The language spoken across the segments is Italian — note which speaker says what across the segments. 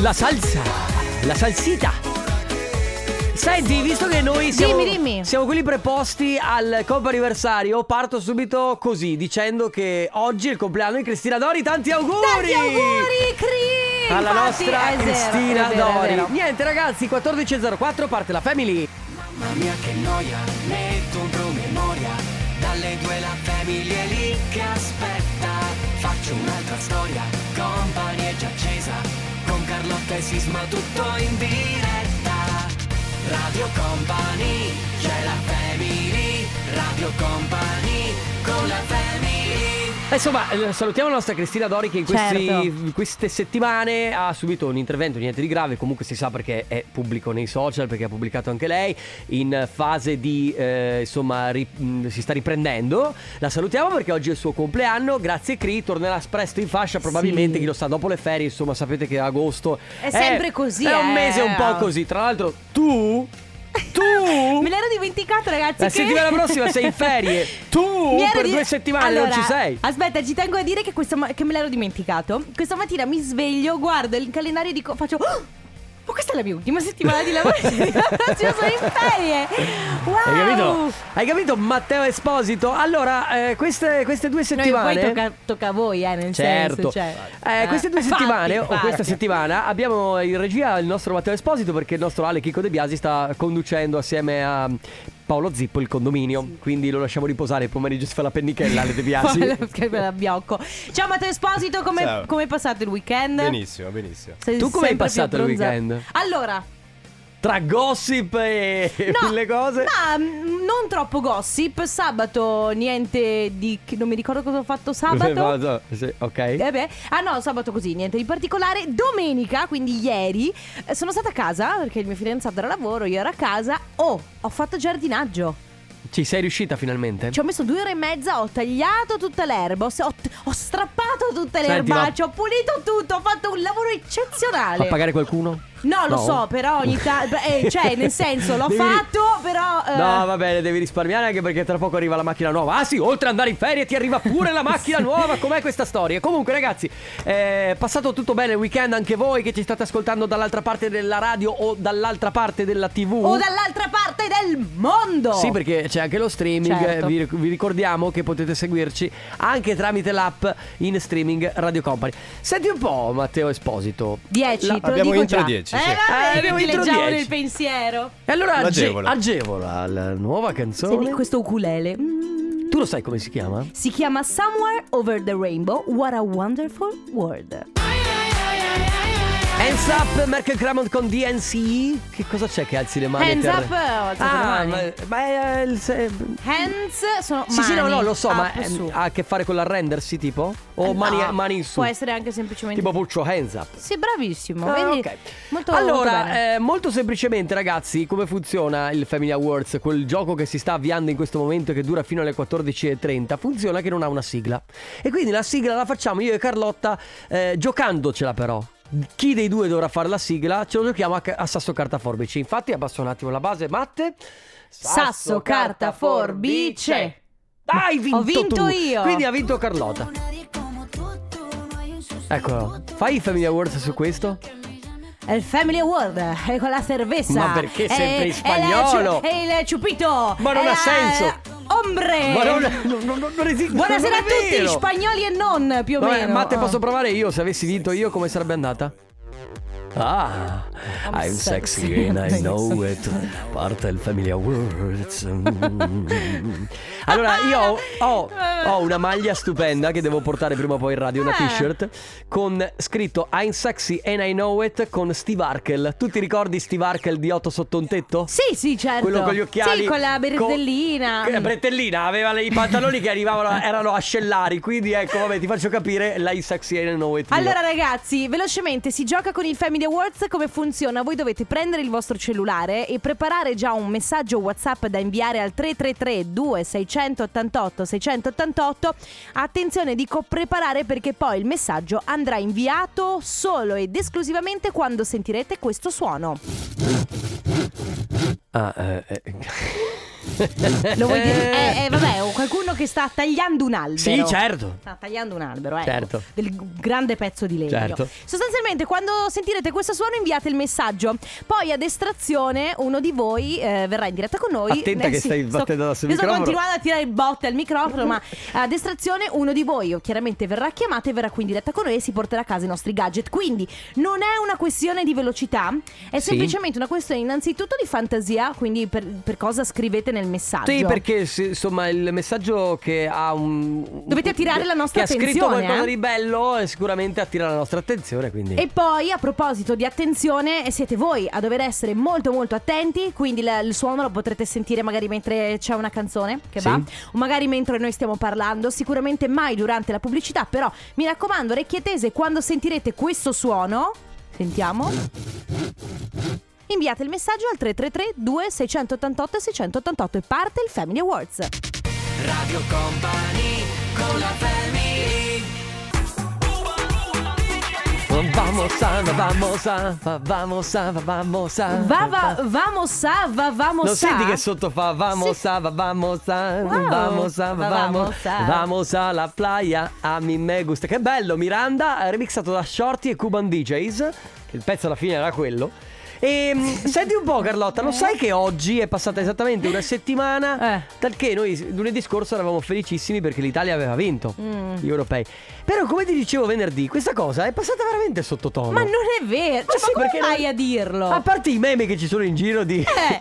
Speaker 1: La salsa, la salsita. Senti, visto che noi siamo,
Speaker 2: Dimmi, dimmi.
Speaker 1: siamo quelli preposti al compo anniversario, parto subito così dicendo che oggi è il compleanno di Cristina Dori, tanti auguri!
Speaker 2: Tanti auguri, Cri!
Speaker 1: Alla
Speaker 2: Infatti,
Speaker 1: nostra
Speaker 2: è zero,
Speaker 1: Cristina
Speaker 2: è vero, è
Speaker 1: Dori.
Speaker 2: vero.
Speaker 1: Niente ragazzi, 14.04 parte la family.
Speaker 3: Mamma mia che noia, metto un promemoria Dalle due la famiglia è lì che aspetta Faccio un'altra storia, company è già accesa Con Carlotta e Sisma tutto in diretta Radio Company, c'è la family Radio Company, con la family
Speaker 1: Eh, Insomma, eh, salutiamo la nostra Cristina Dori che in questi-
Speaker 2: Certo.
Speaker 1: queste settimane ha subito un intervento, niente di grave, comunque si sa perché è pubblico nei social, perché ha pubblicato anche lei, in fase di, eh, insomma, ri- mh, si sta riprendendo. La salutiamo perché oggi è il suo compleanno, grazie Cri, tornerà presto in fascia probabilmente,
Speaker 2: Sì.
Speaker 1: chi lo sa, dopo le ferie, insomma, sapete che agosto...
Speaker 2: È sempre così,
Speaker 1: È un
Speaker 2: eh.
Speaker 1: mese un po' così, tra l'altro tu... Tu...
Speaker 2: Me l'ero dimenticato, ragazzi.
Speaker 1: La
Speaker 2: che-
Speaker 1: settimana prossima sei in ferie. Tu
Speaker 2: Mi ero
Speaker 1: per
Speaker 2: di-
Speaker 1: due settimane non
Speaker 2: Allora,
Speaker 1: ci sei.
Speaker 2: Aspetta, ci tengo a dire che, questa ma- che me l'ero dimenticato. Questa mattina mi sveglio, guardo il calendario e dico, faccio. "Oh, ma questa è la mia ultima settimana di lavoro. La prossima sono in ferie. Wow.
Speaker 1: Hai capito? Hai capito Matteo Esposito? Allora, eh, queste, queste due
Speaker 2: Noi
Speaker 1: settimane...
Speaker 2: poi tocca, tocca a voi, eh, nel
Speaker 1: Certo,
Speaker 2: senso. Cioè,
Speaker 1: Eh, queste due
Speaker 2: Infatti,
Speaker 1: settimane o
Speaker 2: infatti.
Speaker 1: questa settimana abbiamo in regia il nostro Matteo Esposito perché il nostro Ale Chico De Biasi sta conducendo assieme a Paolo Zippo il condominio. Quindi lo lasciamo riposare il pomeriggio, si fa la pennichella Ale De Biasi.
Speaker 2: Poi lo- che me la biocco. Ciao Matteo Esposito, come
Speaker 4: Ciao.
Speaker 2: come è passato il weekend?
Speaker 4: Benissimo, benissimo.
Speaker 2: Sei
Speaker 1: Tu come hai
Speaker 2: sempre più
Speaker 1: passato il
Speaker 2: abbronzato.
Speaker 1: weekend?
Speaker 2: Allora,
Speaker 1: Tra gossip e
Speaker 2: No,
Speaker 1: mille cose.
Speaker 2: Ma mm, non troppo gossip. Sabato niente di. che Non mi ricordo cosa ho fatto sabato.
Speaker 1: Sì, ok.
Speaker 2: Eh beh, ah no, sabato così, niente di particolare. Domenica, quindi ieri, eh, sono stata a casa perché il mio fidanzato era a lavoro, io ero a casa. Oh, ho fatto giardinaggio.
Speaker 1: Ci sei riuscita finalmente?
Speaker 2: Ci ho messo due ore e mezza, ho tagliato tutta l'erba, ho, ho- ho strappato tutte le
Speaker 1: Senti, ma-
Speaker 2: erbacce, ho pulito tutto, ho fatto un lavoro eccezionale.
Speaker 1: Fa pagare qualcuno?
Speaker 2: No, lo so, però ogni tanto. eh, cioè, nel senso, l'ho
Speaker 1: Devi-
Speaker 2: fatto, però. eh,
Speaker 1: No, va bene, devi risparmiare anche perché tra poco arriva la macchina nuova. Ah sì, oltre ad andare in ferie ti arriva pure la macchina nuova. Com'è questa storia? Comunque ragazzi, è passato tutto bene il weekend anche voi che ci state ascoltando dall'altra parte della radio o dall'altra parte della tv.
Speaker 2: o dall'altra parte del mondo.
Speaker 1: Sì, perché c'è anche lo streaming. eh,
Speaker 2: Certo.
Speaker 1: Vi, vi ricordiamo che potete seguirci anche tramite l'app in streaming Radio Company. Senti un po', Matteo Esposito.
Speaker 2: 10, te lo
Speaker 4: abbiamo
Speaker 2: dico
Speaker 4: intro
Speaker 2: già.
Speaker 4: 10,
Speaker 2: Eh,
Speaker 4: sì.
Speaker 2: vabbè,
Speaker 1: Eh, abbiamo
Speaker 2: ti
Speaker 1: intro
Speaker 2: leggiamo
Speaker 1: 10.
Speaker 2: nel pensiero.
Speaker 1: E allora age- agevola.
Speaker 4: Agevola.
Speaker 1: la nuova
Speaker 2: Senti
Speaker 1: canzone.
Speaker 2: questo ukulele. Mm.
Speaker 1: Tu lo sai come si chiama?
Speaker 2: Si chiama Somewhere Over the Rainbow. What a wonderful world.
Speaker 1: Hands up, Merkel Cramond con DNC. Che cosa c'è che alzi le mani?
Speaker 2: Hands
Speaker 1: per-
Speaker 2: up, ho alzato
Speaker 1: Ah,
Speaker 2: le
Speaker 1: ma,
Speaker 2: mani.
Speaker 1: ma è il. se-
Speaker 2: Hands sono
Speaker 1: Sì, sì, no,
Speaker 2: mani,
Speaker 1: no, lo so, ma
Speaker 2: up
Speaker 1: eh,
Speaker 2: su. Eh,
Speaker 1: ha a che fare con l'arrendersi, tipo? O
Speaker 2: No,
Speaker 1: mani, mani in su?
Speaker 2: Ah, Può essere anche semplicemente.
Speaker 1: Tipo Puccio, hands up.
Speaker 2: Sì, bravissimo.
Speaker 1: Ah,
Speaker 2: vedi?
Speaker 1: ok.
Speaker 2: Molto molto bene.
Speaker 1: allora, eh, molto semplicemente, ragazzi, come funziona il Family Awards? Quel gioco che si sta avviando in questo momento e che dura fino alle 14.30. Funziona che non ha una sigla. E quindi la sigla la facciamo io e Carlotta eh, giocandocela, però. Chi dei due dovrà fare la sigla? Ce lo giochiamo a, a sasso carta forbice. Infatti, abbasso un attimo la base, matte.
Speaker 2: Sasso, carta, forbice.
Speaker 1: Dai, hai vinto
Speaker 2: Ho vinto
Speaker 1: tu.
Speaker 2: io.
Speaker 1: Quindi ha vinto Carlotta. Eccolo. Fai i Family Awards su questo?
Speaker 2: È il Family Award è con la cerveza.
Speaker 1: Ma perché
Speaker 2: È-
Speaker 1: sempre in
Speaker 2: è la
Speaker 1: spagnolo?
Speaker 2: ciu- È il ciupito.
Speaker 1: Ma non
Speaker 2: è
Speaker 1: ha
Speaker 2: la-
Speaker 1: senso.
Speaker 2: Ombre.
Speaker 1: Ma non, non, non, non esiste.
Speaker 2: Eh. Buonasera a
Speaker 1: non è
Speaker 2: tutti,
Speaker 1: vero.
Speaker 2: spagnoli e non più o
Speaker 1: Vabbè,
Speaker 2: meno.
Speaker 1: Matte,
Speaker 2: Ah.
Speaker 1: posso provare io? Se avessi vinto io, come sarebbe andata? Ah,
Speaker 2: I'm
Speaker 1: I'm
Speaker 2: sexy
Speaker 1: sexy and I
Speaker 2: and
Speaker 1: know it. Parte il Family Awards. Mm. Allora, io ho, ho- ho una maglia stupenda che devo portare prima o poi in radio, una
Speaker 2: Eh.
Speaker 1: t-shirt, con scritto I'm sexy and I know it con Steve Arkel. Tu ti ricordi Steve Arkel di 8 sotto un tetto?
Speaker 2: Sì, sì, certo.
Speaker 1: Quello con Mm. gli occhiali.
Speaker 2: Sì, con la bretellina.
Speaker 1: Con- La bretellina aveva le- i pantaloni che arrivavano, erano ascellari. Quindi ecco, vabbè, ti faccio capire la sexy and know it.
Speaker 2: Allora ragazzi, velocemente si gioca con il Family Awards, come funziona? Voi dovete prendere il vostro cellulare e preparare già un messaggio WhatsApp da inviare al 333 2688 688. Attenzione, dico preparare perché poi il messaggio andrà inviato solo ed esclusivamente quando sentirete questo suono.
Speaker 1: Ah, eh, eh.
Speaker 2: Lo vuoi dire? Eh, eh, vabbè, o qualcuno che sta tagliando un albero.
Speaker 1: Sì, certo.
Speaker 2: Sta tagliando un albero, ecco,
Speaker 1: Certo.
Speaker 2: Del grande pezzo di legno.
Speaker 1: Certo.
Speaker 2: Sostanzialmente, quando sentirete questo suono, inviate il messaggio. Poi ad estrazione, uno di voi eh, verrà in diretta con noi.
Speaker 1: Attenta che stai
Speaker 2: sto-
Speaker 1: battendo sul
Speaker 2: io
Speaker 1: microfono.
Speaker 2: Sto continuando a tirare il botte al microfono, ma ad estrazione, uno di voi oh, chiaramente verrà chiamato e verrà qui in diretta con noi e si porterà a casa i nostri gadget. Quindi non è una questione di velocità, è
Speaker 1: Sì.
Speaker 2: semplicemente una questione, innanzitutto, di fantasia. Quindi, per, per cosa scrivete nel messaggio?
Speaker 1: Sì, perché se- insomma il messaggio che ha un.
Speaker 2: Dovete attirare la
Speaker 1: che
Speaker 2: nostra
Speaker 1: ha scritto
Speaker 2: attenzione,
Speaker 1: qualcosa
Speaker 2: eh.
Speaker 1: di bello, eh, sicuramente attira la nostra attenzione. Quindi.
Speaker 2: E poi a proposito di attenzione, siete voi a dover essere molto molto attenti, quindi la- il suono lo potrete sentire magari mentre c'è una canzone che
Speaker 1: Sì.
Speaker 2: va, o magari mentre noi stiamo parlando, sicuramente mai durante la pubblicità, però mi raccomando orecchie tese, quando sentirete questo suono, sentiamo, inviate il messaggio al 333 2688 688 e parte il Family Awards.
Speaker 3: Radio Company con la family
Speaker 1: Vamos a, vamos a, vamos a, vamos a.
Speaker 2: Va, va, vamos a, va, vamos
Speaker 1: Lo
Speaker 2: a.
Speaker 1: senti che sotto fa vamos
Speaker 2: Sì.
Speaker 1: a, va- vamos a,
Speaker 2: Wow.
Speaker 1: vamos a, va-
Speaker 2: Va-
Speaker 1: vamos,
Speaker 2: vamos a.
Speaker 1: vamos a la playa, a mi me gusta. Che bello, Miranda, eh, remixato da Shorty e Cuban DJs, che il pezzo alla fine era quello. E mm, senti un po' Carlotta, lo sai che oggi è passata esattamente una settimana
Speaker 2: Eh.
Speaker 1: dal che noi lunedì scorso eravamo felicissimi perché l'Italia aveva vinto
Speaker 2: Mm.
Speaker 1: gli europei. Però come ti dicevo venerdì, questa cosa è passata veramente sottotono.
Speaker 2: Ma non è vero,
Speaker 1: Ma
Speaker 2: cioè,
Speaker 1: sì,
Speaker 2: ma come
Speaker 1: perché
Speaker 2: fai
Speaker 1: non-
Speaker 2: a dirlo?
Speaker 1: A parte i meme che ci sono in giro di...
Speaker 2: Eh.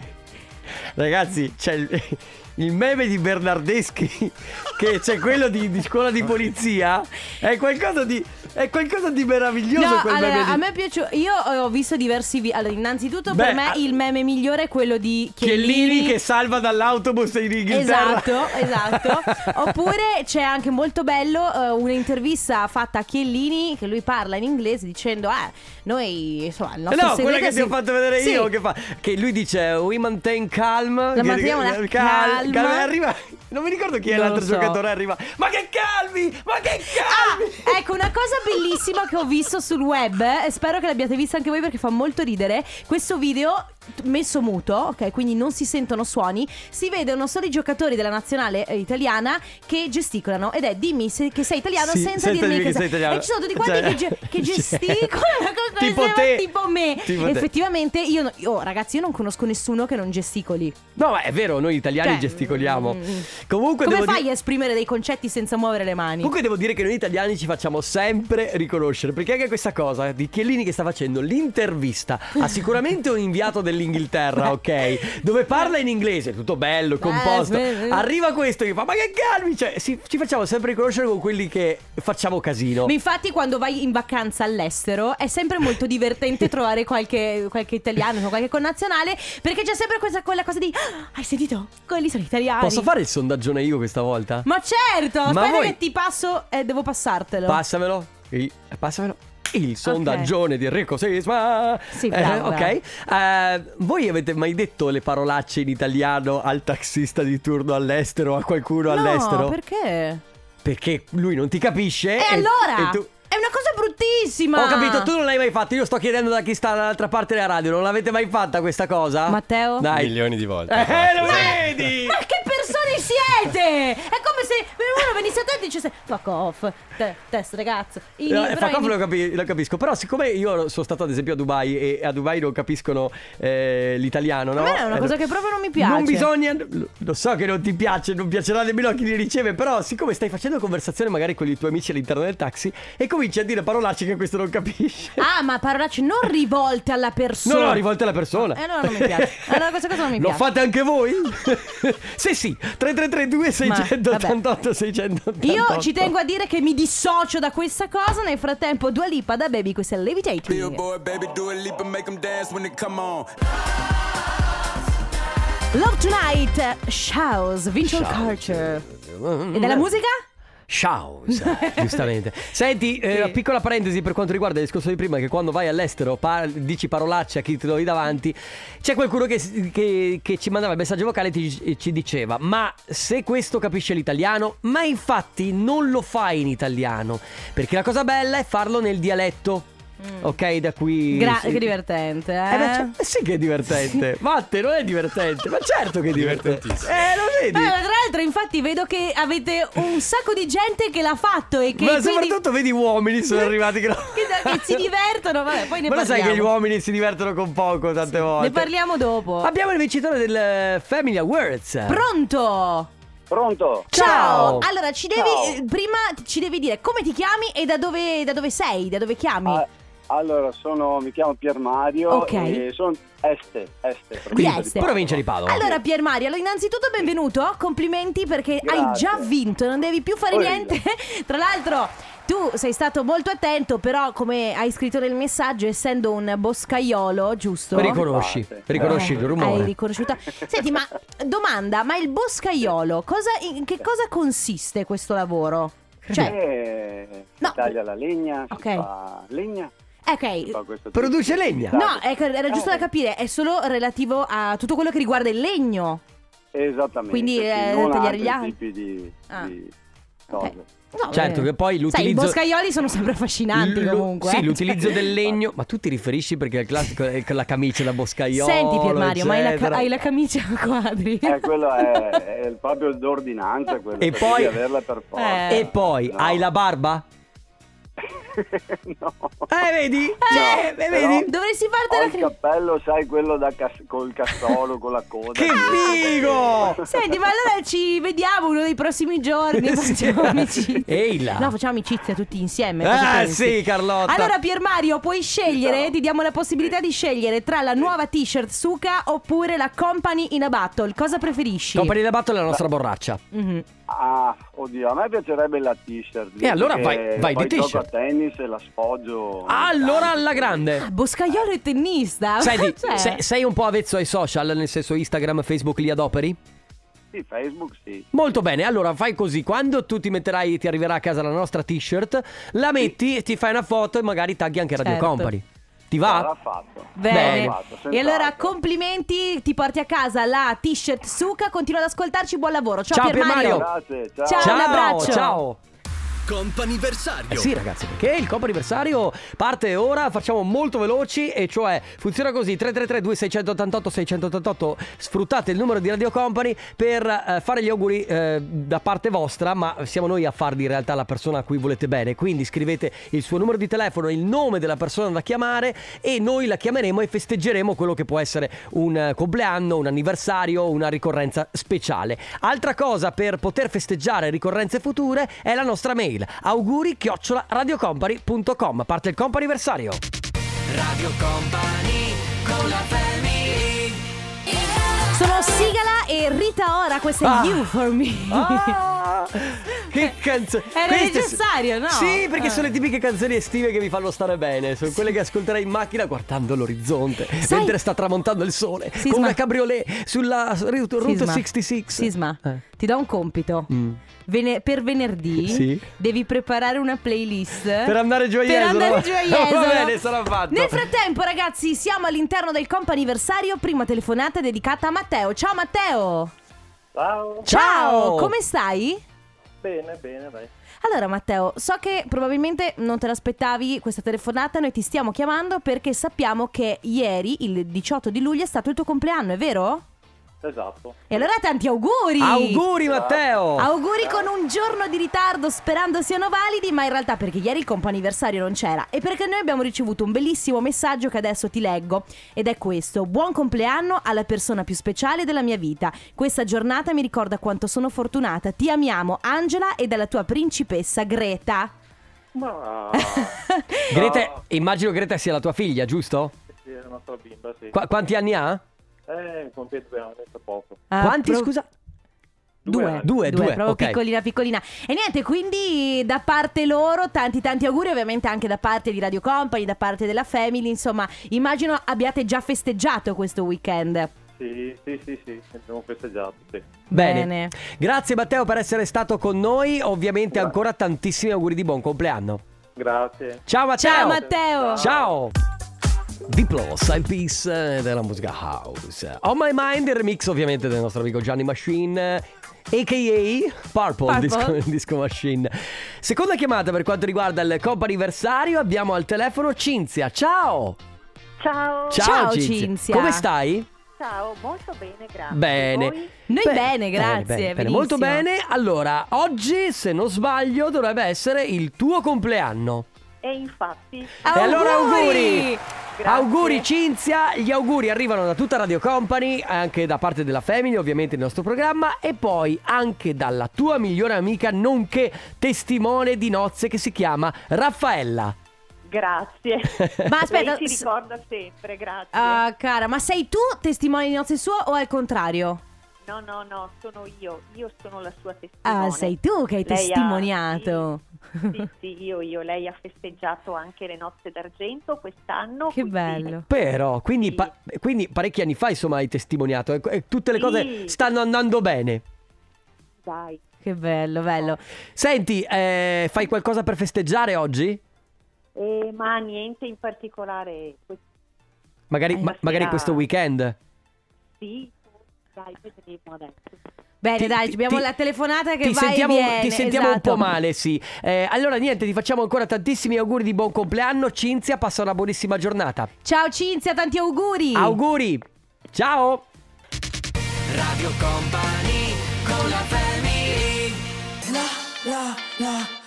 Speaker 1: Ragazzi, c'è il, il meme di Bernardeschi, che c'è quello di, di scuola di polizia. È qualcosa di, è qualcosa di meraviglioso
Speaker 2: No,
Speaker 1: quel
Speaker 2: allora,
Speaker 1: meme.
Speaker 2: a
Speaker 1: lì.
Speaker 2: me è piaciuto. Io eh, ho visto diversi video. Allora, innanzitutto,
Speaker 1: Beh,
Speaker 2: per me
Speaker 1: a-
Speaker 2: il meme migliore è quello di Chiellini.
Speaker 1: Chiellini che salva dall'autobus in Inghilterra.
Speaker 2: Esatto, esatto. Oppure c'è anche molto bello eh, un'intervista fatta a Chiellini che lui parla in inglese dicendo: Ah, noi insomma, il
Speaker 1: Eh
Speaker 2: nostro
Speaker 1: No, quella
Speaker 2: segreto
Speaker 1: che
Speaker 2: è
Speaker 1: ti ho
Speaker 2: sem-
Speaker 1: fatto vedere
Speaker 2: Sì.
Speaker 1: io che fa che lui dice "We maintain calm", che-
Speaker 2: manteniamo la
Speaker 1: cal-
Speaker 2: calma.
Speaker 1: cal- arriva non mi ricordo chi è
Speaker 2: Non lo
Speaker 1: l'altro
Speaker 2: so.
Speaker 1: giocatore arriva. Ma che calmi! Ma che calmi!
Speaker 2: Ah, ecco una cosa bellissima che ho visto sul web eh, e spero che l'abbiate vista anche voi perché fa molto ridere. Questo video t- messo muto, ok, quindi non si sentono suoni, si vedono solo i giocatori della nazionale eh, italiana che gesticolano ed è dimmi se- che sei italiano
Speaker 1: Sì,
Speaker 2: senza, dirmi che sei
Speaker 1: italiano.
Speaker 2: E ci sono tutti quanti
Speaker 1: Cioè,
Speaker 2: che, ge- che
Speaker 1: cioè,
Speaker 2: gesticolano con-
Speaker 1: tipo
Speaker 2: come
Speaker 1: te.
Speaker 2: tipo me.
Speaker 1: Tipo te.
Speaker 2: Effettivamente io, no- io, ragazzi, io non conosco nessuno che non gesticoli.
Speaker 1: No, ma è vero, noi italiani
Speaker 2: Cioè,
Speaker 1: gesticoliamo.
Speaker 2: mm,
Speaker 1: Comunque
Speaker 2: Come
Speaker 1: devo
Speaker 2: fai
Speaker 1: di-
Speaker 2: a esprimere dei concetti senza muovere le mani?
Speaker 1: Comunque devo dire che noi italiani ci facciamo sempre riconoscere, perché anche questa cosa di Chiellini che sta facendo l'intervista ha sicuramente un inviato dell'Inghilterra, ok? Dove parla in inglese, tutto bello, composto.
Speaker 2: beh, beh.
Speaker 1: Arriva questo che fa, ma che calmi! Cioè, si- ci facciamo sempre riconoscere con quelli che facciamo casino.
Speaker 2: Ma infatti quando vai in vacanza all'estero è sempre molto divertente trovare qualche, qualche italiano, insomma, qualche connazionale, perché c'è sempre questa, quella cosa di "Ah, hai sentito? Quelli sono italiani.
Speaker 1: Posso fare il sondaggione io questa volta?
Speaker 2: Ma certo, aspetta
Speaker 1: voi-
Speaker 2: che ti passo eh, devo passartelo.
Speaker 1: Passamelo. Il, passamelo. Il sondaggione di Enrico Sisma.
Speaker 2: Sì, bravo,
Speaker 1: ok. Eh, voi avete mai detto le parolacce in italiano al taxista di turno all'estero, a qualcuno
Speaker 2: no,
Speaker 1: all'estero?
Speaker 2: perché?
Speaker 1: Perché lui non ti capisce.
Speaker 2: E, allora?
Speaker 1: e tu-
Speaker 2: È una cosa bruttissima.
Speaker 1: Ho capito, tu non l'hai mai fatto. Io sto chiedendo da chi sta dall'altra parte della radio. Non l'avete mai fatta questa cosa?
Speaker 2: Matteo?
Speaker 1: Dai.
Speaker 4: Milioni di volte.
Speaker 1: Eh, lo vedi!
Speaker 2: Ma che persone siete? È come se uno venisse a te e dicesse fuck off, te, test ragazzo. In,
Speaker 1: No,
Speaker 2: però
Speaker 1: fa
Speaker 2: in-
Speaker 1: comodo, Eh, lo, capi- lo capisco, però siccome io sono stato ad esempio a Dubai e a Dubai non capiscono eh, l'italiano, no?
Speaker 2: A me è una
Speaker 1: Eh,
Speaker 2: cosa che proprio non mi piace.
Speaker 1: Non bisogna, lo- lo so che non ti piace, non piacerà nemmeno a chi li riceve, però siccome stai facendo conversazione magari con i tuoi amici all'interno del taxi e cominci a dire parolacce che questo non capisce.
Speaker 2: Ah, ma parolacce non rivolte alla persona.
Speaker 1: No, no, rivolte alla persona.
Speaker 2: Eh, allora non mi piace. Allora questa cosa non mi
Speaker 1: Lo
Speaker 2: piace.
Speaker 1: fate anche voi? Se sì, 3332 688 688.
Speaker 2: Io ci tengo a dire che mi dissocio da questa cosa. Nel frattempo, Dua Lipa da Baby, questa è Levitating.
Speaker 5: Billboard, baby, do a leap and make them dance when they come on.
Speaker 2: Love Tonight, Shouse, Visual Culture. E della musica?
Speaker 1: Ciao, giustamente. Senti, eh, una piccola parentesi per quanto riguarda il discorso di prima, che quando vai all'estero par- dici parolacce a chi ti trovi davanti, c'è qualcuno che, che- che ci mandava il messaggio vocale e ti- e ci diceva, ma se questo capisce l'italiano, ma infatti non lo fai in italiano, perché la cosa bella è farlo nel dialetto. Ok, da qui.
Speaker 2: Gra-
Speaker 1: sì.
Speaker 2: Che divertente, eh?
Speaker 1: Eh, beh, cioè, eh sì che è divertente. Matte, non è divertente. Ma certo che è divertente. Eh, lo vedi?
Speaker 2: Beh, tra l'altro, infatti, vedo che avete un sacco di gente che l'ha fatto e che
Speaker 1: Ma
Speaker 2: quindi-
Speaker 1: soprattutto vedi uomini sono arrivati che,
Speaker 2: che, che si divertono. Vabbè, poi ne
Speaker 1: Ma lo sai
Speaker 2: parliamo.
Speaker 1: che gli uomini si divertono con poco tante volte.
Speaker 2: Ne parliamo dopo.
Speaker 1: Abbiamo il vincitore del eh, Family Awards.
Speaker 2: Pronto?
Speaker 4: Pronto?
Speaker 1: Ciao.
Speaker 2: Allora, ci devi
Speaker 4: Ciao.
Speaker 2: eh, prima ci devi dire come ti chiami e da dove, da dove sei, da dove chiami.
Speaker 4: Ah, allora, sono, mi chiamo Pier Mario
Speaker 2: Ok.
Speaker 4: e sono Este, Este,
Speaker 1: Quindi,
Speaker 2: Di Este.
Speaker 1: provincia di Padova.
Speaker 2: Allora Pier Mario, allora, innanzitutto benvenuto, complimenti perché hai
Speaker 4: Grazie.
Speaker 2: già vinto, non devi più fare
Speaker 4: Poi-
Speaker 2: niente. Tra l'altro tu sei stato molto attento, però come hai scritto nel messaggio, essendo un boscaiolo, giusto?
Speaker 1: riconosci,
Speaker 4: Parte.
Speaker 1: riconosci
Speaker 2: Eh,
Speaker 1: il rumore.
Speaker 2: Hai riconosciuto. Senti, ma domanda, ma il boscaiolo, cosa, in che cosa consiste questo lavoro? Cioè,
Speaker 4: Eh, si
Speaker 2: No.
Speaker 4: taglia la legna,
Speaker 2: Ok.
Speaker 4: si fa legna, si fa
Speaker 2: ok.
Speaker 4: questo tipo
Speaker 1: Produce
Speaker 4: di
Speaker 1: legna.
Speaker 2: No,
Speaker 4: attività.
Speaker 2: ecco, era giusto da
Speaker 4: Eh,
Speaker 2: capire, è solo relativo a tutto quello che riguarda il legno.
Speaker 4: Esattamente.
Speaker 2: Quindi,
Speaker 4: sì,
Speaker 2: eh,
Speaker 4: non
Speaker 2: tagliare gli
Speaker 4: altri
Speaker 2: al-
Speaker 4: tipi di,
Speaker 2: Ah.
Speaker 4: di
Speaker 2: Ok.
Speaker 4: cose.
Speaker 2: Eh, No,
Speaker 1: Certo
Speaker 2: vabbè.
Speaker 1: che poi
Speaker 2: Sai, i
Speaker 1: l'utilizzo
Speaker 2: boscaioli sono sempre affascinanti
Speaker 1: Lu-
Speaker 2: comunque.
Speaker 1: Sì,
Speaker 2: eh.
Speaker 1: l'utilizzo
Speaker 2: Cioè-
Speaker 1: del legno. Ma tu ti riferisci perché è il classico è con la camicia da boscaiolo.
Speaker 2: Senti Pier Mario, ma hai la, ca-
Speaker 1: eccetera.
Speaker 2: hai la camicia a quadri.
Speaker 4: Eh, quello è, è il- proprio d'ordinanza, quello
Speaker 1: E
Speaker 4: cioè,
Speaker 1: poi-
Speaker 4: devi averla per forza.
Speaker 2: Eh.
Speaker 1: E poi
Speaker 4: No.
Speaker 1: hai la barba?
Speaker 4: no.
Speaker 1: Eh, vedi?
Speaker 4: No,
Speaker 1: eh,
Speaker 4: però-
Speaker 1: vedi?
Speaker 2: Dovresti
Speaker 4: Ho
Speaker 2: fartela
Speaker 4: il cappello, sai, quello da cas- col cassolo, con la coda. Ah,
Speaker 1: Che figo!
Speaker 2: Senti, ma allora ci vediamo uno dei prossimi giorni.
Speaker 1: Sì.
Speaker 2: Facciamo amicizia.
Speaker 1: Ehi là.
Speaker 2: No, facciamo amicizia tutti insieme.
Speaker 1: Eh,
Speaker 2: cosa pensi?
Speaker 1: sì, Carlotta.
Speaker 2: Allora, Pier Mario, puoi scegliere. Ti diamo la possibilità di scegliere tra la nuova t-shirt Suka oppure la Company in a Battle. Cosa preferisci?
Speaker 1: Compagni da batto è la nostra borraccia.
Speaker 2: Mhm.
Speaker 4: Ah, oddio, a me piacerebbe la t-shirt.
Speaker 1: E allora vai-
Speaker 4: perché
Speaker 1: vai di
Speaker 4: poi
Speaker 1: t-shirt.
Speaker 4: gioco a tennis e la sfoggio.
Speaker 1: Allora alla
Speaker 2: Ah,
Speaker 1: grande.
Speaker 2: Boscaiolo e tennista.
Speaker 1: Senti,
Speaker 2: Cioè,
Speaker 1: se- sei un po' avezzo ai social, nel senso Instagram, Facebook, li adoperi?
Speaker 4: Sì, Facebook sì.
Speaker 1: Molto bene, allora fai così, quando tu ti metterai, ti arriverà a casa la nostra t-shirt, la metti e ti fai una foto e magari tagli anche Radio
Speaker 2: Certo.
Speaker 1: Company. Ti
Speaker 4: L'ha
Speaker 1: va?
Speaker 4: fatto.
Speaker 2: Bene.
Speaker 1: Bene.
Speaker 4: L'ha fatto,
Speaker 2: E allora
Speaker 4: senz'altro.
Speaker 2: complimenti, ti porti a casa la t-shirt Suka, continua ad ascoltarci, buon lavoro. Ciao,
Speaker 1: Ciao,
Speaker 2: Pier
Speaker 1: Pier Mario.
Speaker 4: Grazie, ciao.
Speaker 2: Ciao, un abbraccio.
Speaker 1: ciao. Eh
Speaker 3: Comp'anniversario.
Speaker 1: sì ragazzi, perché il copo anniversario parte ora, facciamo molto veloci e cioè funziona così 333 2688 688 sfruttate il numero di Radio Company per eh, fare gli auguri eh, da parte vostra, ma siamo noi a farli in realtà la persona a cui volete bene, quindi scrivete il suo numero di telefono, il nome della persona da chiamare e noi la chiameremo e festeggeremo quello che può essere un eh, compleanno, un anniversario, una ricorrenza speciale. Altra cosa per poter festeggiare ricorrenze future è la nostra mail auguri chiocciola radiocompany.com parte il comp anniversario.
Speaker 3: Radio Company con la family.
Speaker 2: Sono Sigala e Rita Ora, questa è
Speaker 1: Ah.
Speaker 2: You For Me.
Speaker 1: che canzone
Speaker 2: Ah! Era
Speaker 1: Queste-
Speaker 2: necessario, no?
Speaker 1: Sì, perché
Speaker 2: Eh.
Speaker 1: sono le tipiche canzoni estive che mi fanno stare bene. Sono quelle che ascolterai in macchina guardando l'orizzonte
Speaker 2: Sai-
Speaker 1: mentre sta tramontando il sole
Speaker 2: Sisma.
Speaker 1: con una cabriolet sulla Route Route
Speaker 2: Sisma.
Speaker 1: 66.
Speaker 2: Sisma,
Speaker 1: Eh.
Speaker 2: ti do un compito.
Speaker 1: Mm.
Speaker 2: Vene- per venerdì
Speaker 1: Sì.
Speaker 2: devi preparare una playlist
Speaker 1: Per andare gioiesolo.
Speaker 2: Per andare gioiesolo.
Speaker 1: Va bene, sarà fatto.
Speaker 2: Nel frattempo, ragazzi, siamo all'interno del comp anniversario. Prima telefonata dedicata a Matteo. Ciao Matteo!
Speaker 4: Ciao.
Speaker 1: Ciao!
Speaker 2: Come stai?
Speaker 4: Bene, bene, vai.
Speaker 2: Allora Matteo, so che probabilmente non te l'aspettavi questa telefonata, noi ti stiamo chiamando perché sappiamo che ieri, il 18 di luglio, è stato il tuo compleanno, è vero?
Speaker 4: Esatto.
Speaker 2: E allora tanti auguri!
Speaker 1: Auguri Matteo!
Speaker 2: Auguri con un giorno di ritardo sperando siano validi, ma in realtà perché ieri il comp'anniversario non c'era e perché noi abbiamo ricevuto un bellissimo messaggio che adesso ti leggo ed è questo: Buon compleanno alla persona più speciale della mia vita. Questa giornata mi ricorda quanto sono fortunata. Ti amiamo Angela e dalla tua principessa Greta.
Speaker 4: Ma...
Speaker 1: Ah. Greta, immagino Greta sia la tua figlia, giusto?
Speaker 4: sì, è la nostra bimba, sì.
Speaker 1: Qua- quanti anni ha?
Speaker 4: Eh, compie due anni tra poco.
Speaker 2: Ah,
Speaker 1: quanti,
Speaker 2: pro-
Speaker 1: scusa?
Speaker 2: Due,
Speaker 1: Due, due, due,
Speaker 2: proprio
Speaker 1: ok.
Speaker 2: piccolina, piccolina. E niente, quindi da parte loro tanti, tanti auguri, ovviamente anche da parte di Radio Company, da parte della Family. Insomma, immagino abbiate già festeggiato questo weekend.
Speaker 4: Sì, sì, sì, sì, abbiamo festeggiato, sì.
Speaker 1: Bene. Grazie Matteo per essere stato con noi. Ovviamente ancora tantissimi auguri di buon compleanno.
Speaker 4: Grazie.
Speaker 1: Ciao Matteo!
Speaker 2: Ciao Matteo!
Speaker 1: Ciao! Diplo, Side Piece eh, della musica house. On My Mind, il remix ovviamente del nostro amico Gianni Machine. eh, AKA Purple,
Speaker 2: Purple.
Speaker 1: Disco, disco Machine. Seconda chiamata per quanto riguarda il Coppa anniversario, abbiamo al telefono Cinzia. Ciao!
Speaker 6: Ciao.
Speaker 2: Ciao, Cinzia.
Speaker 1: Come stai?
Speaker 6: Ciao, molto bene, grazie.
Speaker 1: Bene.
Speaker 6: Voi?
Speaker 2: Noi
Speaker 1: Beh, eh,
Speaker 2: bene, grazie.
Speaker 1: bene, bene.
Speaker 2: benissimo.
Speaker 1: Molto bene. Allora, oggi, se non sbaglio, dovrebbe essere il tuo compleanno.
Speaker 6: E infatti,
Speaker 2: Ah.
Speaker 1: E allora auguri!
Speaker 6: Grazie.
Speaker 1: Auguri Cinzia, gli auguri arrivano da tutta Radio Company, anche da parte della Family, ovviamente il nostro programma, e poi anche dalla tua migliore amica, nonché testimone di nozze che si chiama Raffaella.
Speaker 6: grazie.
Speaker 2: Ma aspetta,
Speaker 6: Lei ci
Speaker 2: s-
Speaker 6: ricorda sempre, grazie.
Speaker 2: Ah, cara, ma sei tu testimone di nozze sua o al contrario?
Speaker 6: No, no, no, sono io. Io sono la sua testimone.
Speaker 2: Ah, sei tu che hai
Speaker 6: Lei ha-
Speaker 2: testimoniato.
Speaker 6: Sì, sì, sì, io, io. Lei ha festeggiato anche le nozze d'argento quest'anno.
Speaker 2: Che
Speaker 6: quindi-
Speaker 2: bello.
Speaker 1: Però, quindi,
Speaker 6: Sì.
Speaker 1: pa- quindi parecchi anni fa insomma hai testimoniato e, e tutte le
Speaker 6: Sì.
Speaker 1: cose stanno andando bene.
Speaker 6: Dai.
Speaker 2: Che bello, bello.
Speaker 1: Senti, eh, fai qualcosa per festeggiare oggi?
Speaker 6: Eh, ma niente in particolare.
Speaker 1: Magari,
Speaker 6: Eh,
Speaker 1: ma- magari
Speaker 6: stasera-
Speaker 1: questo weekend?
Speaker 6: Sì, dai, vedremo adesso.
Speaker 2: Bene,
Speaker 1: Ti-
Speaker 2: Eh, dai,
Speaker 1: ti-
Speaker 2: abbiamo
Speaker 1: ti-
Speaker 2: la telefonata che
Speaker 1: ti
Speaker 2: va
Speaker 1: sentiamo,
Speaker 2: e
Speaker 1: ti
Speaker 2: viene.
Speaker 1: sentiamo un
Speaker 2: esatto.
Speaker 1: po' male, sì. Eh, allora, niente, ti facciamo ancora tantissimi auguri di buon compleanno. Cinzia, passa una buonissima giornata.
Speaker 2: Ciao Cinzia, tanti auguri.
Speaker 1: Auguri, ciao.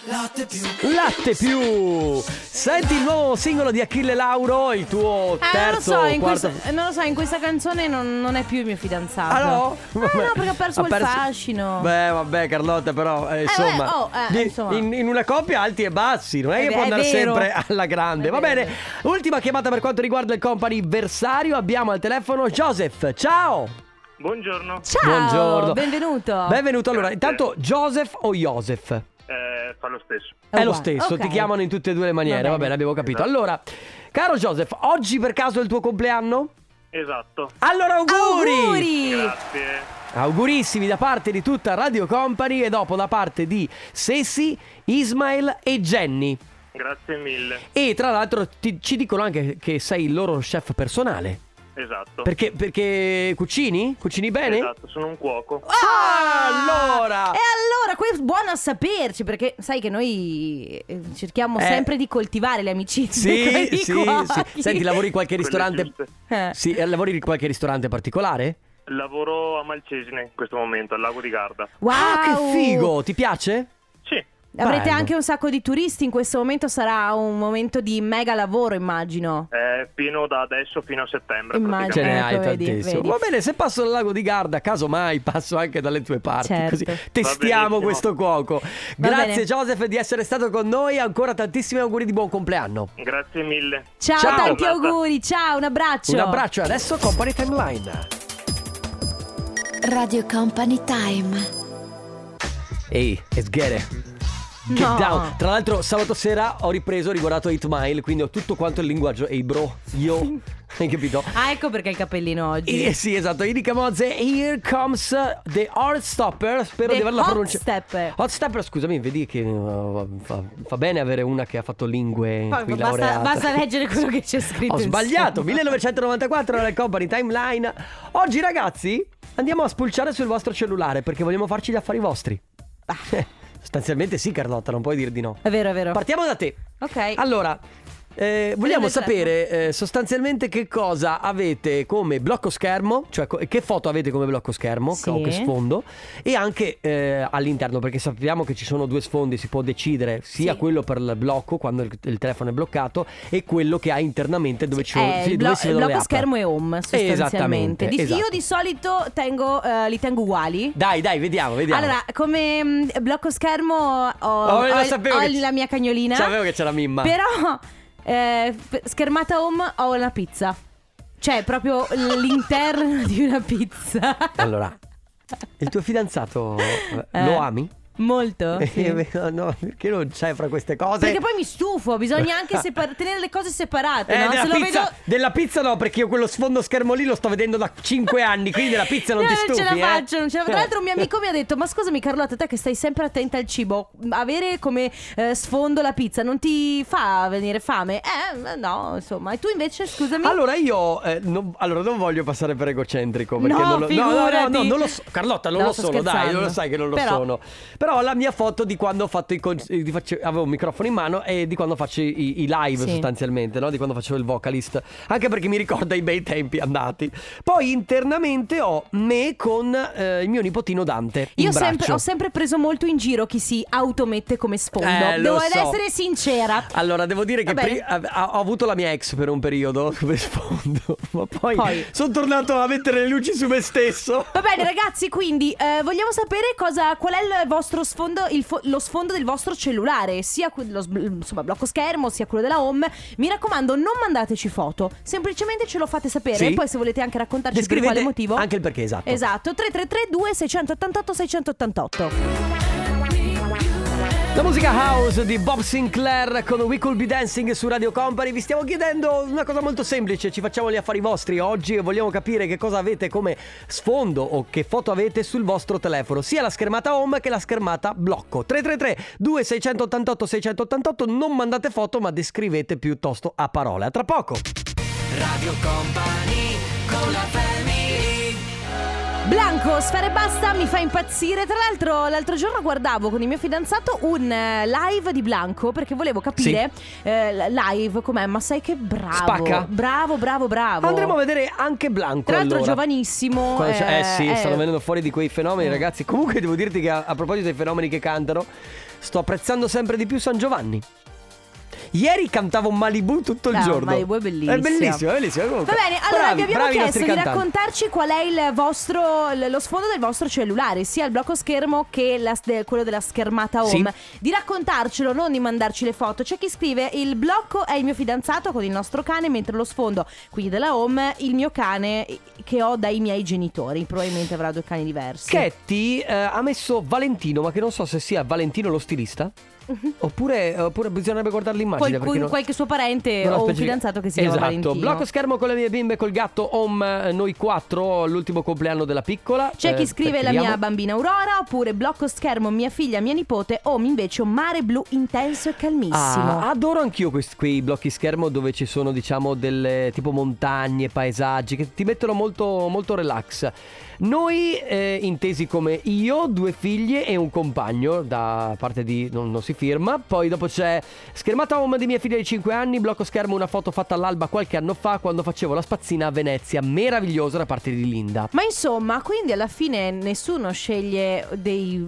Speaker 1: Latte più. Senti il nuovo singolo di Achille Lauro, il tuo
Speaker 2: Eh,
Speaker 1: terzo,
Speaker 2: non, lo so, in
Speaker 1: quarto.
Speaker 2: questa, non lo so, in questa canzone non, non è più il mio fidanzato.
Speaker 1: Ah no?
Speaker 2: Eh, no, perché ha perso quel fascino.
Speaker 1: Beh, vabbè, Carlotta, però eh, insomma,
Speaker 2: beh, oh, eh,
Speaker 1: di-
Speaker 2: insomma.
Speaker 1: In, in una coppia alti e bassi, non è
Speaker 2: Eh,
Speaker 1: che
Speaker 2: beh,
Speaker 1: può
Speaker 2: è
Speaker 1: andare
Speaker 2: vero.
Speaker 1: sempre alla grande.
Speaker 2: È
Speaker 1: Va
Speaker 2: vero,
Speaker 1: bene.
Speaker 2: è
Speaker 1: Ultima chiamata per quanto riguarda il company versario. Abbiamo al telefono Joseph. Ciao.
Speaker 7: Buongiorno,
Speaker 2: Ciao,
Speaker 1: Buongiorno.
Speaker 2: benvenuto.
Speaker 1: Benvenuto. Allora,
Speaker 7: Grazie.
Speaker 1: intanto Joseph o Joseph?
Speaker 7: eh, fa lo stesso.
Speaker 1: È lo
Speaker 2: uguale.
Speaker 1: stesso,
Speaker 2: Ok.
Speaker 1: ti chiamano in tutte e due le maniere. Va
Speaker 2: Va
Speaker 1: bene,
Speaker 2: bene.
Speaker 1: abbiamo capito. Allora, caro Joseph, oggi per caso è il tuo compleanno?
Speaker 7: Esatto,
Speaker 1: Allora,
Speaker 2: Auguri.
Speaker 7: grazie.
Speaker 1: Augurissimi da parte di tutta Radio Company e dopo da parte di Sessi, Ismail e Jenny.
Speaker 7: Grazie mille,
Speaker 1: E tra l'altro ti- ci dicono anche che sei il loro chef personale.
Speaker 7: esatto.
Speaker 1: Perché, perché cucini? Cucini bene?
Speaker 7: Esatto, Eh, sono un cuoco.
Speaker 1: Ah, allora!
Speaker 2: E allora, qui è buono a saperci perché sai che noi eh, cerchiamo
Speaker 1: Eh.
Speaker 2: sempre di coltivare le amicizie. con
Speaker 1: Sì,
Speaker 2: i
Speaker 1: sì,
Speaker 2: cuochi.
Speaker 1: sì. Senti, lavori in qualche
Speaker 7: Quelle
Speaker 1: ristorante?
Speaker 7: giuste.
Speaker 2: Eh.
Speaker 1: Sì, eh, lavori in qualche ristorante particolare?
Speaker 7: Lavoro a Malcesine in questo momento, al lago di Garda.
Speaker 2: Wow,
Speaker 1: Ah, che figo! Ti piace?
Speaker 7: Sì,
Speaker 2: Avrete
Speaker 1: Bello.
Speaker 2: anche un sacco di turisti, in questo momento sarà un momento di mega lavoro, immagino.
Speaker 7: è pieno da adesso Eh, fino a settembre.
Speaker 2: Immagino.
Speaker 1: Ce
Speaker 7: praticamente.
Speaker 1: ne
Speaker 2: Ecco,
Speaker 1: hai
Speaker 2: vedi,
Speaker 1: tantissimo.
Speaker 2: vedi.
Speaker 1: Va bene, se passo dal lago di Garda, casomai passo anche dalle tue parti.
Speaker 2: Certo.
Speaker 1: Così
Speaker 2: Va
Speaker 1: testiamo
Speaker 7: benissimo.
Speaker 1: questo cuoco.
Speaker 2: Va
Speaker 1: Grazie,
Speaker 2: bene.
Speaker 1: Joseph, di essere stato con noi. Ancora tantissimi auguri di buon compleanno.
Speaker 7: Grazie mille.
Speaker 2: Ciao,
Speaker 1: Ciao.
Speaker 2: tanti
Speaker 7: Giornata.
Speaker 2: auguri, ciao, un abbraccio.
Speaker 1: Un abbraccio, adesso Company Timeline.
Speaker 8: Radio Company Time.
Speaker 1: Ehi, let's get it. Get
Speaker 2: No.
Speaker 1: down. Tra l'altro, sabato sera ho ripreso, ho riguardato 8 Mile, quindi ho tutto quanto il linguaggio. Ehi, bro, io. Hai capito?
Speaker 2: Ah, ecco perché il cappellino oggi.
Speaker 1: Eh, sì, esatto. Idica Mozze, Here Comes the Hard Stopper. Spero
Speaker 2: The
Speaker 1: di averla
Speaker 2: Hot
Speaker 1: pronunciata.
Speaker 2: Stepper.
Speaker 1: Hot Stepper, scusami, vedi che uh, fa, fa bene avere una che ha fatto lingue.
Speaker 2: Poi
Speaker 1: qui
Speaker 2: basta,
Speaker 1: laureata.
Speaker 2: basta leggere quello che c'è scritto.
Speaker 1: Ho sbagliato.
Speaker 2: insomma.
Speaker 1: 1994 era il company timeline. Oggi, ragazzi, andiamo a spulciare sul vostro cellulare perché vogliamo farci gli affari vostri. Eh, Sostanzialmente sì, Carlotta, non puoi dir di no.
Speaker 2: È vero, è vero.
Speaker 1: Partiamo da te.
Speaker 2: ok.
Speaker 1: Allora, eh, vogliamo
Speaker 2: il telefono.
Speaker 1: sapere eh, sostanzialmente che cosa avete come blocco schermo, cioè co- che foto avete come blocco schermo,
Speaker 2: Sì.
Speaker 1: o che sfondo, e anche eh, all'interno, perché sappiamo che ci sono due sfondi, si può decidere sia
Speaker 2: Sì.
Speaker 1: quello per il blocco, quando il, il telefono è bloccato, e quello che ha internamente dove, ci,
Speaker 2: Eh,
Speaker 1: sì, dove
Speaker 2: il blo-
Speaker 1: si
Speaker 2: il
Speaker 1: vedono le
Speaker 2: blocco
Speaker 1: app.
Speaker 2: schermo e home sostanzialmente.
Speaker 1: Esattamente,
Speaker 2: Di-
Speaker 1: esatto.
Speaker 2: Io di solito tengo, eh, li tengo uguali.
Speaker 1: Dai, dai, vediamo, vediamo.
Speaker 2: Allora, come mh, blocco schermo ho,
Speaker 1: Oh, lo
Speaker 2: ho-
Speaker 1: sapevo
Speaker 2: ho
Speaker 1: che c-
Speaker 2: la mia cagnolina.
Speaker 1: Sapevo che c'era Mimma.
Speaker 2: Però eh, f- schermata home ho la pizza. Cioè, proprio l'interno di una pizza.
Speaker 1: Allora, il tuo fidanzato eh,
Speaker 2: Eh.
Speaker 1: lo ami? Eh,
Speaker 2: Molto?
Speaker 1: No, no, perché non c'è fra queste cose?
Speaker 2: Perché poi mi stufo, bisogna anche separ- tenere le cose separate,
Speaker 1: Eh,
Speaker 2: no?
Speaker 1: della,
Speaker 2: Se lo
Speaker 1: pizza,
Speaker 2: vedo...
Speaker 1: della pizza no, perché io quello sfondo schermo lì lo sto vedendo da 5 anni, quindi della pizza non
Speaker 2: No,
Speaker 1: ti
Speaker 2: non
Speaker 1: stufi.
Speaker 2: ce la
Speaker 1: eh.
Speaker 2: faccio, non ce la Tra l'altro un mio amico mi ha detto, ma scusami Carlotta, te che stai sempre attenta al cibo, avere come eh, sfondo la pizza non ti fa venire fame? Eh, no, insomma. E tu invece, scusami?
Speaker 1: Allora io eh, non, allora non voglio passare per egocentrico perché
Speaker 2: No,
Speaker 1: non lo, no, no, no, no,
Speaker 2: figurati.
Speaker 1: non lo so. Carlotta, non
Speaker 2: No,
Speaker 1: lo
Speaker 2: sto
Speaker 1: sono, dai,
Speaker 2: scherzando.
Speaker 1: lo sai che non lo
Speaker 2: Però-
Speaker 1: sono. Però la mia foto di quando ho fatto i con- eh, di faccio- avevo un microfono in mano e di quando faccio i, i live
Speaker 2: Sì.
Speaker 1: sostanzialmente, no? Di quando facevo il vocalist, anche perché mi ricorda i bei tempi andati. Poi internamente ho me con eh, il mio nipotino Dante in
Speaker 2: Io sempre,
Speaker 1: braccio.
Speaker 2: ho sempre preso molto in giro chi si automette come sfondo.
Speaker 1: Eh, lo
Speaker 2: Devo
Speaker 1: so.
Speaker 2: essere sincera.
Speaker 1: Allora, devo dire
Speaker 2: Va
Speaker 1: che
Speaker 2: bene.
Speaker 1: pri- ha- ho avuto la mia ex per un periodo come sfondo, ma poi,
Speaker 2: Poi.
Speaker 1: sono tornato a mettere le luci su me stesso.
Speaker 2: Va bene ragazzi, quindi eh, vogliamo sapere cosa, qual è il vostro sfondo, il fo- lo sfondo del vostro cellulare, sia quello, insomma, blocco schermo, sia quello della home. Mi raccomando, non mandateci foto, semplicemente ce lo fate sapere
Speaker 1: Sì.
Speaker 2: e poi se volete anche raccontarci per
Speaker 1: Descrivete
Speaker 2: quale motivo.
Speaker 1: anche il perché, esatto.
Speaker 2: Esatto, 3332 688 688.
Speaker 1: La musica house di Bob Sinclair con We Could Be Dancing su Radio Company. Vi stiamo chiedendo una cosa molto semplice, ci facciamo gli affari vostri oggi e vogliamo capire che cosa avete come sfondo o che foto avete sul vostro telefono, sia la schermata home che la schermata blocco. 333 2688 688 non mandate foto ma descrivete piuttosto a parole. A tra poco.
Speaker 3: Radio Company con la family
Speaker 2: Blanco, sfere e basta, mi fa impazzire. Tra l'altro, l'altro giorno guardavo con il mio fidanzato un eh, live di Blanco perché volevo capire eh, l- live com'è, ma sai che bravo.
Speaker 1: Spacca.
Speaker 2: Bravo, bravo, bravo.
Speaker 1: Andremo a vedere anche Blanco.
Speaker 2: Tra l'altro,
Speaker 1: allora.
Speaker 2: giovanissimo.
Speaker 1: Quando c'è- eh, sì,
Speaker 2: eh,
Speaker 1: stanno venendo fuori di quei fenomeni,
Speaker 2: Mm.
Speaker 1: ragazzi. Comunque devo dirti che a, a proposito dei fenomeni che cantano, sto apprezzando sempre di più San Giovanni. Ieri cantavo Malibu tutto il
Speaker 2: Ah,
Speaker 1: giorno.
Speaker 2: Malibu è bellissima.
Speaker 1: È bellissimo, è bellissimo. Comunque,
Speaker 2: Va bene, allora
Speaker 1: bravi,
Speaker 2: vi abbiamo
Speaker 1: bravi i
Speaker 2: chiesto
Speaker 1: nostri
Speaker 2: di
Speaker 1: cantanti.
Speaker 2: raccontarci qual è il vostro, l- lo sfondo del vostro cellulare, sia il blocco schermo che la- de- quello della schermata home. Di raccontarcelo, non di mandarci le foto. C'è chi scrive: Il blocco è il mio fidanzato con il nostro cane, mentre lo sfondo, quindi della home, il mio cane che ho dai miei genitori. Probabilmente avrà due cani diversi.
Speaker 1: Chetti eh, ha messo Valentino, ma che non so se sia Valentino lo stilista. Oppure, oppure bisognerebbe guardare l'immagine.
Speaker 2: Mhm. Qualcun-
Speaker 1: perché non-
Speaker 2: qualche suo parente
Speaker 1: non ha
Speaker 2: o un
Speaker 1: specific-
Speaker 2: fidanzato che si chiama
Speaker 1: esatto.
Speaker 2: Valentino.
Speaker 1: Blocco schermo con le mie bimbe, col gatto home, eh, noi quattro, l'ultimo compleanno della piccola.
Speaker 2: C'è chi
Speaker 1: Eh,
Speaker 2: scrive
Speaker 1: perché
Speaker 2: la
Speaker 1: li
Speaker 2: mia
Speaker 1: amo.
Speaker 2: bambina Aurora oppure blocco schermo mia figlia, mia nipote o invece un mare blu intenso e calmissimo.
Speaker 1: Ah, adoro anch'io questi, quei blocchi schermo dove ci sono, diciamo, delle tipo montagne, paesaggi che ti mettono molto, molto relax. Noi, eh, intesi come io, due figlie e un compagno, da parte di non, non si firma. Poi dopo c'è schermata home di mia figlia di 5 anni, blocco schermo, una foto fatta all'alba qualche anno fa quando facevo la spazzina a Venezia, meravigliosa da parte di Linda.
Speaker 2: Ma insomma, quindi alla fine nessuno sceglie dei,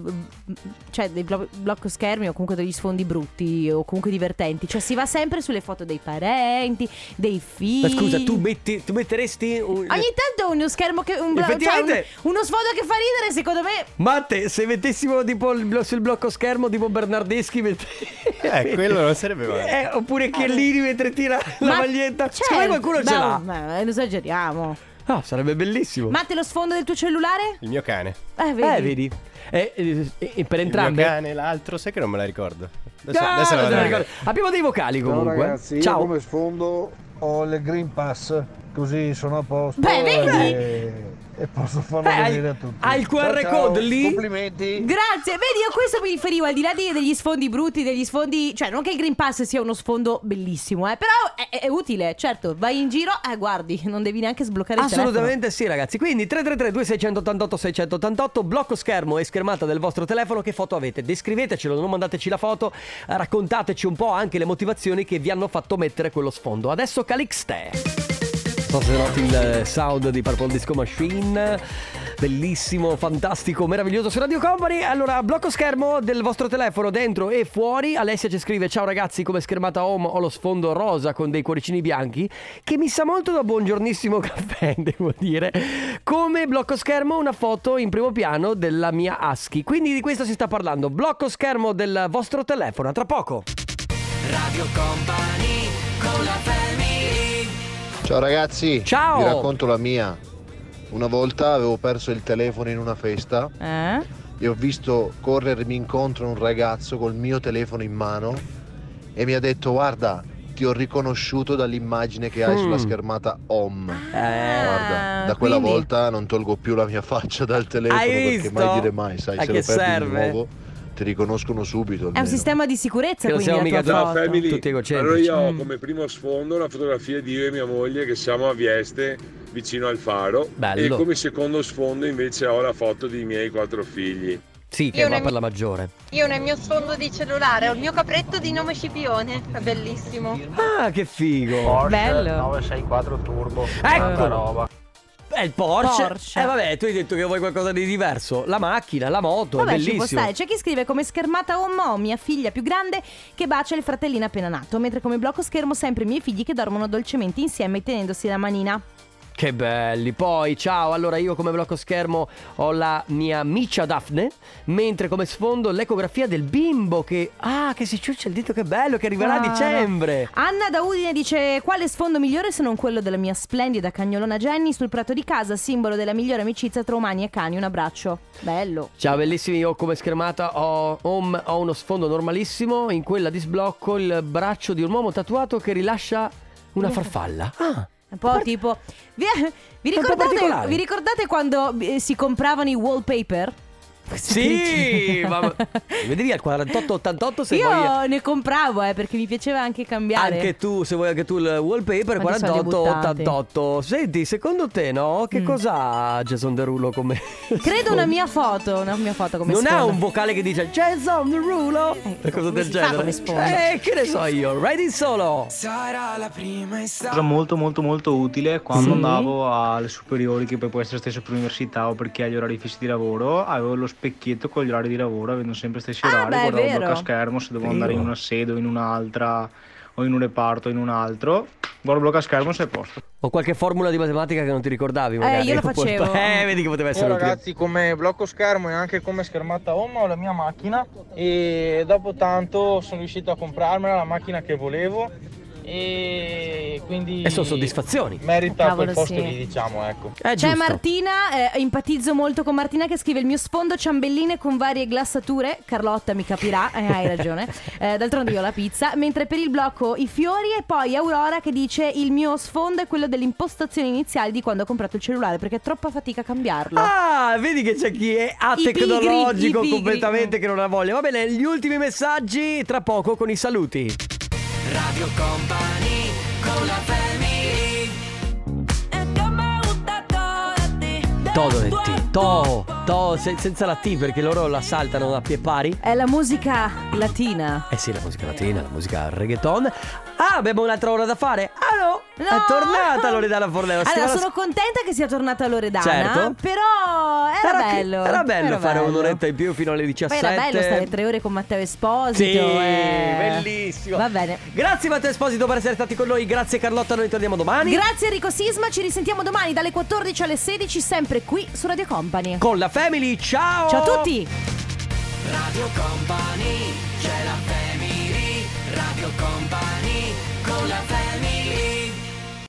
Speaker 2: cioè dei blo- blocco schermi o comunque degli sfondi brutti o comunque divertenti. Cioè si va sempre sulle foto dei parenti, dei figli.
Speaker 1: Ma scusa, tu, metti- tu metteresti un...
Speaker 2: Ogni tanto uno schermo che... Un blo- cioè,
Speaker 1: Effettivamente-
Speaker 2: un- uno sfondo che fa ridere secondo me...
Speaker 1: Matte, se mettessimo tipo il blo- sul blocco schermo tipo Bernardeschi mette...
Speaker 9: Eh, quello non sarebbe male.
Speaker 1: Eh, oppure Chiellini mentre tira la
Speaker 2: Ma-
Speaker 1: maglietta.
Speaker 2: Cioè,
Speaker 1: Secondo me qualcuno ce
Speaker 2: ma-
Speaker 1: l'ha.
Speaker 2: Ma esageriamo.
Speaker 1: Ah, sarebbe bellissimo.
Speaker 2: Ma te lo sfondo del tuo cellulare?
Speaker 9: Il mio cane.
Speaker 2: Eh, vedi.
Speaker 1: Eh, vedi. Eh, eh, eh, per
Speaker 9: Il mio
Speaker 1: entrambe.
Speaker 9: cane, l'altro, sai che non me la ricordo. Adesso,
Speaker 1: Ah,
Speaker 9: adesso la
Speaker 1: non te
Speaker 9: vado
Speaker 1: la
Speaker 9: a
Speaker 1: ricordo.
Speaker 9: vedere.
Speaker 1: Abbiamo dei vocali comunque.
Speaker 10: Ciao ragazzi, io
Speaker 1: Ciao.
Speaker 10: come sfondo ho il Green Pass, così sono a posto.
Speaker 2: Beh, vedi?
Speaker 10: E, e posso farlo
Speaker 1: Eh,
Speaker 10: vedere a tutti.
Speaker 1: hai il QR
Speaker 10: Ciao, ciao,
Speaker 1: code lì?
Speaker 10: Complimenti.
Speaker 2: Grazie, vedi, io a questo mi riferivo al di là di- degli sfondi brutti, degli sfondi. Cioè, non che il Green Pass sia uno sfondo bellissimo, eh, però è, è- è utile, certo. Vai in giro, eh, guardi, non devi neanche sbloccare il telefono.
Speaker 1: Assolutamente sì, ragazzi. Quindi 333 2688 688 blocco schermo e schermata del vostro telefono. Che foto avete? Descrivetecelo, non mandateci la foto. eh, Raccontateci un po' anche le motivazioni che vi hanno fatto mettere quello sfondo. Adesso Calixte. Non so se noti il eh, sound di Purple Disco Machine. Bellissimo, fantastico, meraviglioso su Radio Company. Allora, blocco schermo del vostro telefono dentro e fuori. Alessia ci scrive: Ciao ragazzi, come schermata home ho lo sfondo rosa con dei cuoricini bianchi. Che mi sa molto da buongiornissimo caffè, devo dire. Come blocco schermo, una foto in primo piano della mia ASCII. Quindi di questo si sta parlando. Blocco schermo del vostro telefono. A tra poco.
Speaker 3: Radio Company con la family
Speaker 11: Ciao ragazzi,
Speaker 1: Ciao.
Speaker 11: vi racconto la mia. Una volta avevo perso il telefono in una festa
Speaker 2: Eh?
Speaker 10: e ho visto corrermi incontro un ragazzo col mio telefono in mano e mi ha detto guarda ti ho riconosciuto dall'immagine che hai
Speaker 1: Mm.
Speaker 10: sulla schermata home.
Speaker 1: Eh.
Speaker 10: Guarda, da quella
Speaker 2: Ah, quindi-
Speaker 10: volta non tolgo più la mia faccia dal telefono
Speaker 1: Hai
Speaker 10: perché
Speaker 1: visto?
Speaker 10: mai dire mai, sai,
Speaker 1: A
Speaker 10: se lo
Speaker 1: che
Speaker 10: perdi
Speaker 1: serve?
Speaker 10: di nuovo ti riconoscono subito.
Speaker 2: È un
Speaker 10: almeno.
Speaker 2: sistema di sicurezza
Speaker 1: Che non
Speaker 2: quindi
Speaker 1: siamo
Speaker 2: la
Speaker 1: mica eh,
Speaker 2: tua
Speaker 1: già
Speaker 2: foto.
Speaker 1: family. Tutti egocentrici.
Speaker 11: Allora io ho
Speaker 2: Mm.
Speaker 11: come primo sfondo la fotografia di io e mia moglie che siamo a Vieste vicino al faro
Speaker 1: Bello.
Speaker 11: e come secondo sfondo invece ho la foto dei miei quattro figli.
Speaker 1: Sì, che
Speaker 12: Io
Speaker 1: va
Speaker 12: ne-
Speaker 1: per la maggiore.
Speaker 12: Io nel mio sfondo di cellulare ho il mio capretto di nome Scipione, è bellissimo.
Speaker 1: Ah, che figo!
Speaker 13: Porsche
Speaker 2: Bello.
Speaker 13: 964 Turbo.
Speaker 1: Ecco.
Speaker 13: Tanta roba.
Speaker 1: È il Porsche.
Speaker 2: Porsche.
Speaker 1: Eh vabbè, tu hai detto che vuoi qualcosa di diverso. La macchina, la moto,
Speaker 2: Vabbè,
Speaker 1: è
Speaker 2: ci può
Speaker 1: bellissimo.
Speaker 2: stare. C'è chi scrive come schermata home ho mia figlia più grande che bacia il fratellino appena nato, mentre come blocco schermo sempre i miei figli che dormono dolcemente insieme tenendosi la manina.
Speaker 1: Che belli. Poi, ciao, allora io come blocco schermo ho la mia micia Daphne, mentre come sfondo l'ecografia del bimbo che... Ah, che si ciuccia il dito, che bello, che arriverà a
Speaker 2: Cara.
Speaker 1: dicembre.
Speaker 2: Anna da Udine dice quale sfondo migliore se non quello della mia splendida cagnolona Jenny sul prato di casa, simbolo della migliore amicizia tra umani e cani. Un abbraccio. Bello.
Speaker 1: Ciao bellissimi, io come schermata ho, home, ho uno sfondo normalissimo, in quella di sblocco il braccio di un uomo tatuato che rilascia una farfalla. Ah,
Speaker 2: Un po' tipo... Vi, vi
Speaker 1: un po'
Speaker 2: ricordate,
Speaker 1: particolare.
Speaker 2: vi ricordate quando eh, si compravano i wallpaper?
Speaker 1: sì, ma vedevi al 4888 se
Speaker 2: Io
Speaker 1: vuoi...
Speaker 2: ne compravo eh, perché mi piaceva anche cambiare.
Speaker 1: Anche tu, se vuoi anche tu il wallpaper
Speaker 2: Quanti soldi hai
Speaker 1: 4888. Senti, secondo te no? Che cosa ha Jason Derulo come...
Speaker 2: Credo una mia foto, una mia foto come
Speaker 1: non ha
Speaker 2: sfondo.
Speaker 1: un vocale che dice Jason Derulo?
Speaker 2: Ecco,
Speaker 1: cosa
Speaker 2: come
Speaker 1: del
Speaker 2: si fa come
Speaker 1: genere.
Speaker 2: sfondo?
Speaker 1: eh, che ne so io, ready solo.
Speaker 3: Sarà la prima estate.
Speaker 14: cosa molto molto molto utile quando
Speaker 2: Sì.
Speaker 14: andavo alle superiori che poi può essere stesso per l'università o perché agli orari fissi di lavoro avevo lo specchietto con gli orari di lavoro avendo sempre stessi
Speaker 2: Ah,
Speaker 14: orari
Speaker 2: beh, è
Speaker 14: guardavo il
Speaker 2: vero.
Speaker 14: blocco a schermo se dovevo
Speaker 1: Figo.
Speaker 14: andare in una sede o in un'altra o in un reparto o in un altro guardo il blocco a schermo e sei a posto
Speaker 1: O qualche formula di matematica che non ti ricordavi magari.
Speaker 2: Eh, io la
Speaker 1: Può-
Speaker 2: facevo.
Speaker 1: Eh, vedi che poteva
Speaker 13: Io,
Speaker 1: essere utile.
Speaker 13: ragazzi come blocco schermo e anche come schermata home ho la mia macchina e dopo tanto sono riuscito a comprarmela la macchina che volevo e quindi
Speaker 1: E sono soddisfazioni.
Speaker 13: merita
Speaker 2: Cavolo,
Speaker 13: quel posto
Speaker 2: sì.
Speaker 13: lì diciamo ecco
Speaker 1: Eh,
Speaker 2: C'è
Speaker 1: giusto.
Speaker 2: Cioè, Martina, eh, empatizzo molto con Martina che scrive il mio sfondo ciambelline con varie glassature, Carlotta mi capirà, eh, hai ragione, Eh, d'altronde io ho la pizza, mentre per il blocco i fiori e poi Aurora che dice il mio sfondo è quello dell'impostazione iniziale di quando ho comprato il cellulare perché è troppa fatica a cambiarlo.
Speaker 1: Ah, vedi che c'è chi è
Speaker 2: I pigri,
Speaker 1: atecnologico
Speaker 2: i pigri.
Speaker 1: completamente che non ha voglia. Va bene, gli ultimi messaggi tra poco con i saluti.
Speaker 3: Radio Company con la family.
Speaker 1: Todo del T. To, to, se- senza la T perché loro la saltano a pie pari.
Speaker 2: È la musica latina.
Speaker 1: Eh sì, la musica latina, la musica reggaeton. Ah, abbiamo un'altra ora da fare. Ah no,
Speaker 2: No!
Speaker 1: è tornata Loredana Forleo.
Speaker 2: Allora,
Speaker 1: Settimana
Speaker 2: sono contenta che sia tornata Loredana,
Speaker 1: Certo.
Speaker 2: però era,
Speaker 1: che-
Speaker 2: bello.
Speaker 1: Era bello fare
Speaker 2: bello.
Speaker 1: un'oretta in più fino alle 17.
Speaker 2: Poi era bello stare tre ore con Matteo Esposito.
Speaker 1: Sì,
Speaker 2: eh.
Speaker 1: bellissimo.
Speaker 2: Va bene.
Speaker 1: Grazie Matteo Esposito per essere stati con noi. Grazie Carlotta, noi torniamo domani.
Speaker 2: Grazie Enrico Sisma, ci risentiamo domani dalle 14 alle 16 sempre qui su Radio Company.
Speaker 1: con la Family. Ciao!
Speaker 2: Ciao a tutti!
Speaker 3: Radio Company, c'è la family. Radio Company con la family.